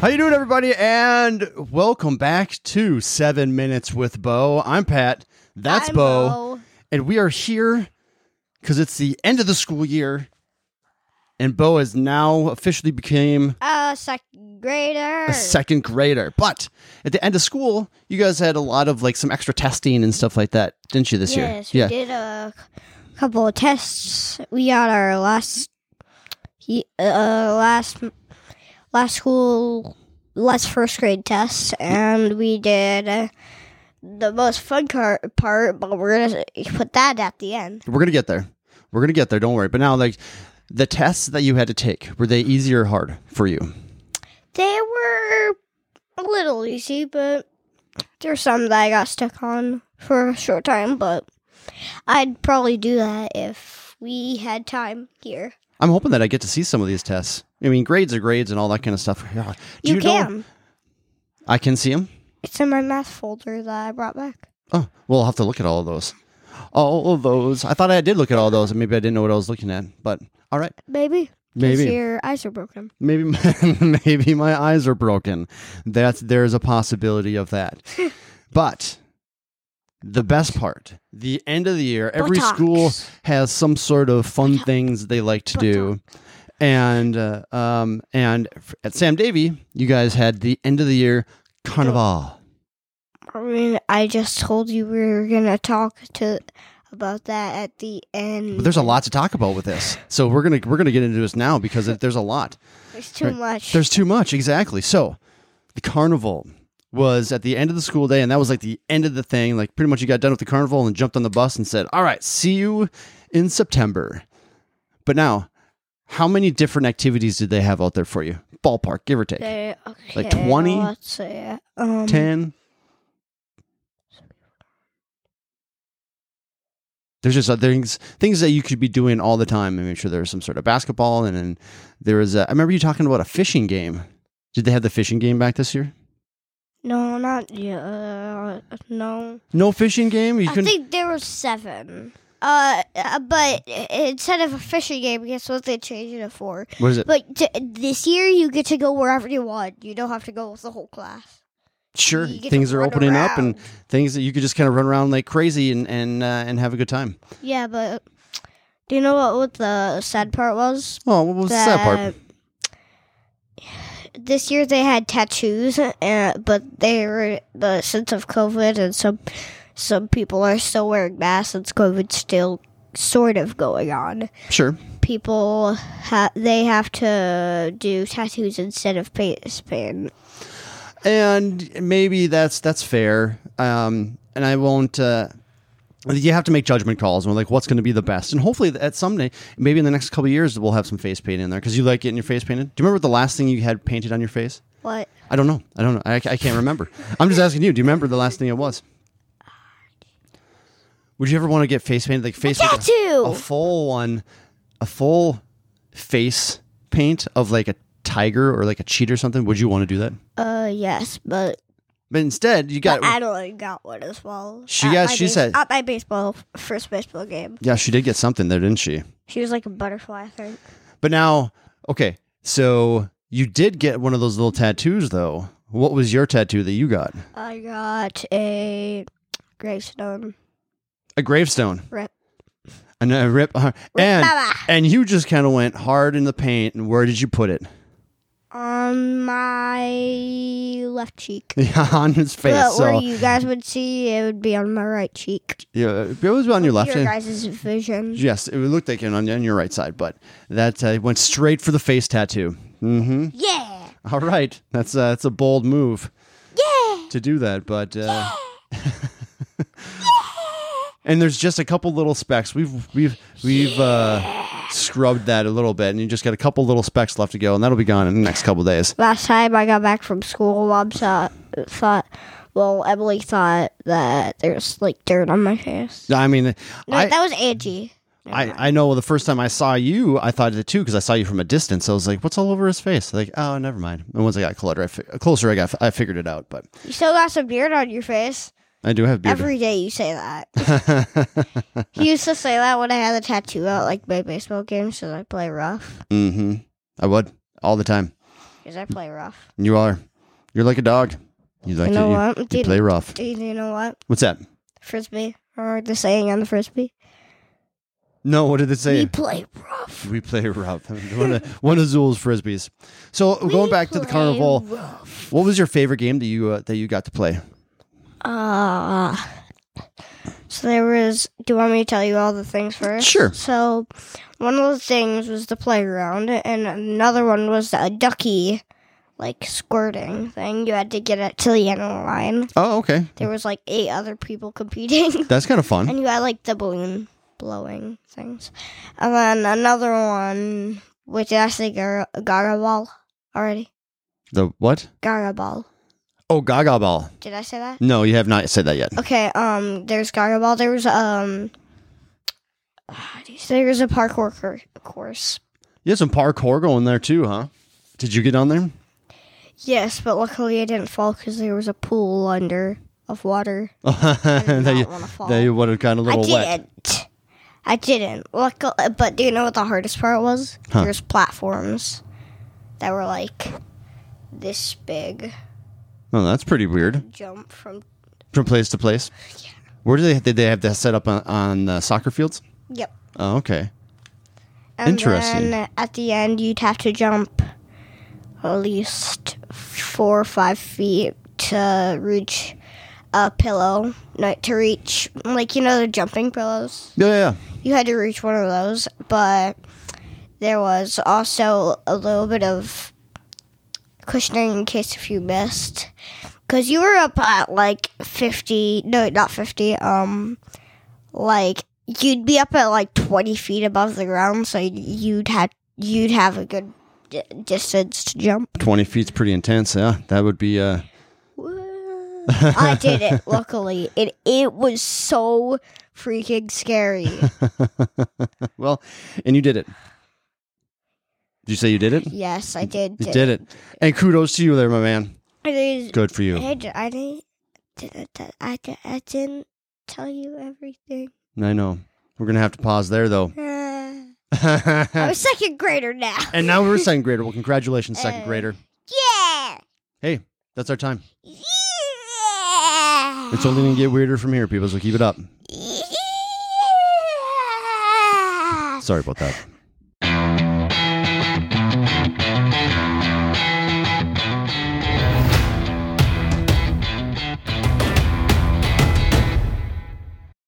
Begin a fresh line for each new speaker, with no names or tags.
How you doing, everybody? And welcome back to Seven Minutes with Bo. I'm Pat. That's
I'm
Bo,
Bo.
and we are here because it's the end of the school year, and Bo has now officially became
A second grader.
a second grader. But at the end of school, you guys had a lot of like some extra testing and stuff like that, didn't you? This
yes,
year,
we did a c- couple of tests. We got our last, he- uh, last, last school, last first grade test, and we did uh, the most fun car- part. But we're gonna put that at the end.
we're gonna get there. We're gonna get there. Don't worry. But now, like the tests that you had to take, were they easy or hard for you?
They were a little easy, but there's some that I got stuck on for a short time, but I'd probably do that if we had time here.
I'm hoping that I get to see some of these tests. I mean, grades are grades and all that kind of stuff. Yeah. Do
You,
know-
can.
I can see them.
It's in my math folder that I brought back.
Oh, well, I'll have to look at all of those. All of those. I thought I did look at all those, and maybe I didn't know what I was looking at. But all right,
Maybe. 'Cause
Maybe.
your eyes are broken.
maybe my, maybe my eyes are broken. That's there's a possibility of that. but the best part, the end of the year, every
Botox.
school has some sort of fun things they like to do. And uh, um, and f- at Sam Davy, you guys had the end of the year carnival.
I mean, I just told you we were gonna talk to about that at the end.
But there's a lot to talk about with this, so we're gonna we're gonna get into this now because it, there's a lot.
There's too
right.
much.
There's too much exactly. So the carnival was at the end of the school day, and that was like the end of the thing. Like pretty much, you got done with the carnival and jumped on the bus and said, "All right, see you in September." But now, how many different activities did they have out there for you? Ballpark, give or take,
They- okay,
like 20?
Let's see. Um,
ten. There's just other things things that you could be doing all the time. I mean, sure there was some sort of basketball, and then there was. A, I remember you talking about a fishing game. Did they have the fishing game back this year?
No, not yeah. No,
No fishing game. You
I
couldn't.
think there were seven. Uh, uh, but instead of a fishing game, guess what they changed it for?
what is it?
But t- this year, you get to go wherever you want. You don't have to go with the whole class.
Sure,
you get to
things are
run
opening up, and
around.
things that you could just kind of run around like crazy and and uh, and have a good time.
Yeah, but do you know what, what the sad part was?
Oh, what was the sad part?
This year they had tattoos, uh, but they were the sense of COVID, and some some people are still wearing masks since COVID's still sort of going on.
Sure,
People ha- they have to do tattoos instead of face paint.
and maybe that's that's fair. Um, and I won't. Uh, you have to make judgment calls on like what's going to be the best, and hopefully at someday, maybe in the next couple of years, we'll have some face paint in there because you like getting your face painted. Do you remember what the last thing you had painted on your face?
What?
I don't know. I don't know. I, I can't remember. I'm just asking you. Do you remember the last thing it was? Would you ever want to get face painted, like face with a-
tattoo!
a full one, a full face paint of like a tiger or like a cheat or something? Would you want to do that?
Uh, yes, but
But instead, you got.
I don't got one as well.
She
At
got-
my
she said-
at my baseball first baseball game.
yeah, she did get something there, didn't she?
She was like a butterfly, I think.
But now, okay, so you did get one of those little tattoos, though. What was your tattoo that you got?
I got a gravestone.
A gravestone.
Rip.
And a rip. uh,
Rip
and,
Baba.
and you just kind of went hard in the paint, and where did you put it?
on my left cheek.
on his face.
But where
so
you guys would see, it would be on my right cheek.
yeah, it was on your left.
Your guys' vision.
Yes, it looked like it on, on your right side, but that uh, went straight for the face tattoo. Mm-hmm.
Yeah.
All right, that's uh, that's a bold move. Yeah. To do that, but. Uh, And there's just a couple little specks. We've we've we've uh, scrubbed that a little bit, and you just got a couple little specks left to go, and that'll be gone in the next couple days.
Last time I got back from school, Mom saw, thought, well, Emily thought that there's like dirt on my face.
I mean,
No,
I,
that was Angie.
I, I know the first time I saw you, I thought it too because I saw you from a distance. I was like, "What's all over his face?" Like, "Oh, never mind." And once I got closer, I fi- closer, I got I figured it out. But
You still got some beard on your face.
I do have beard.
Every day you say that. he used to say that when I had the tattoo out, like my baseball games, so I play rough.
mm-hmm. I would all the time.
because I play rough.
You are. You're like a dog. You like
you
to
know
you-
what?
You,
Dude,
play rough.
dude, you know what?
What's that?
Frisbee. Or the saying on the frisbee.
No, what did it say?
We play rough.
We play rough. one, of, one of Zool's frisbees. So going
We
back to the
play
carnival,
rough.
what was your favorite game that you uh, that you got to play?
Uh, so there was. Do you want me to tell you all the things first?
Sure.
So, one of the things was the playground, and another one was a ducky, like squirting thing. You had to get it till the end of the line.
Oh, okay,
There was like eight other people competing,
that's kind of fun.
and you had like the balloon blowing things, and then another one, which I say gar- Gaga ball already.
The what?
Gaga ball.
Oh, Gaga Ball.
Did I say that?
No, you have not said that yet.
Okay, um, there's Gaga Ball. There was, um, there was a parkour cur- course.
You had some parkour going there too, huh? Did you get on there?
Yes, but luckily I didn't fall because there was a pool under of water. did
that
not
you,
wanna fall.
that you would have gotten a
I
little wet.
didn't. I didn't. Luckily, but do you know what the hardest part was?
Huh.
There's platforms that were like this big.
Oh, that's pretty weird.
Jump from.
From place to place. Where do they did they have that set up on, on uh, soccer fields?
Yep.
Oh, okay.
And
Interesting.
then at the end, you'd have to jump at least four or five feet to reach a pillow. Not to reach, like, you know, the jumping pillows.
Yeah, yeah.
You had to reach one of those, but there was also a little bit of cushioning in case if you missed. Because you were up at like 50, no, not 50, um, like you'd be up at like 20 feet above the ground, so you'd had you'd have a good d- distance to jump.
Twenty feet's pretty intense. Yeah, that would be. Uh,
I did it, luckily. It, it was so freaking scary.
Well, and you did it. Did you say you did it?
Yes, I did.
You did it. And kudos to you there, my man.
I did-
Good for you.
I, d- I didn't. d- d- I, d- I didn't tell you everything.
I know. We're gonna have to pause there though.
Uh, I'm a
and
second grader now.
now we're a second grader. Well, congratulations, second
Uh,
grader.
yeah,
Hey, that's our time.
yeah.
It's only gonna get weirder from here, people. So keep it up.
Yeah.
Sorry about that.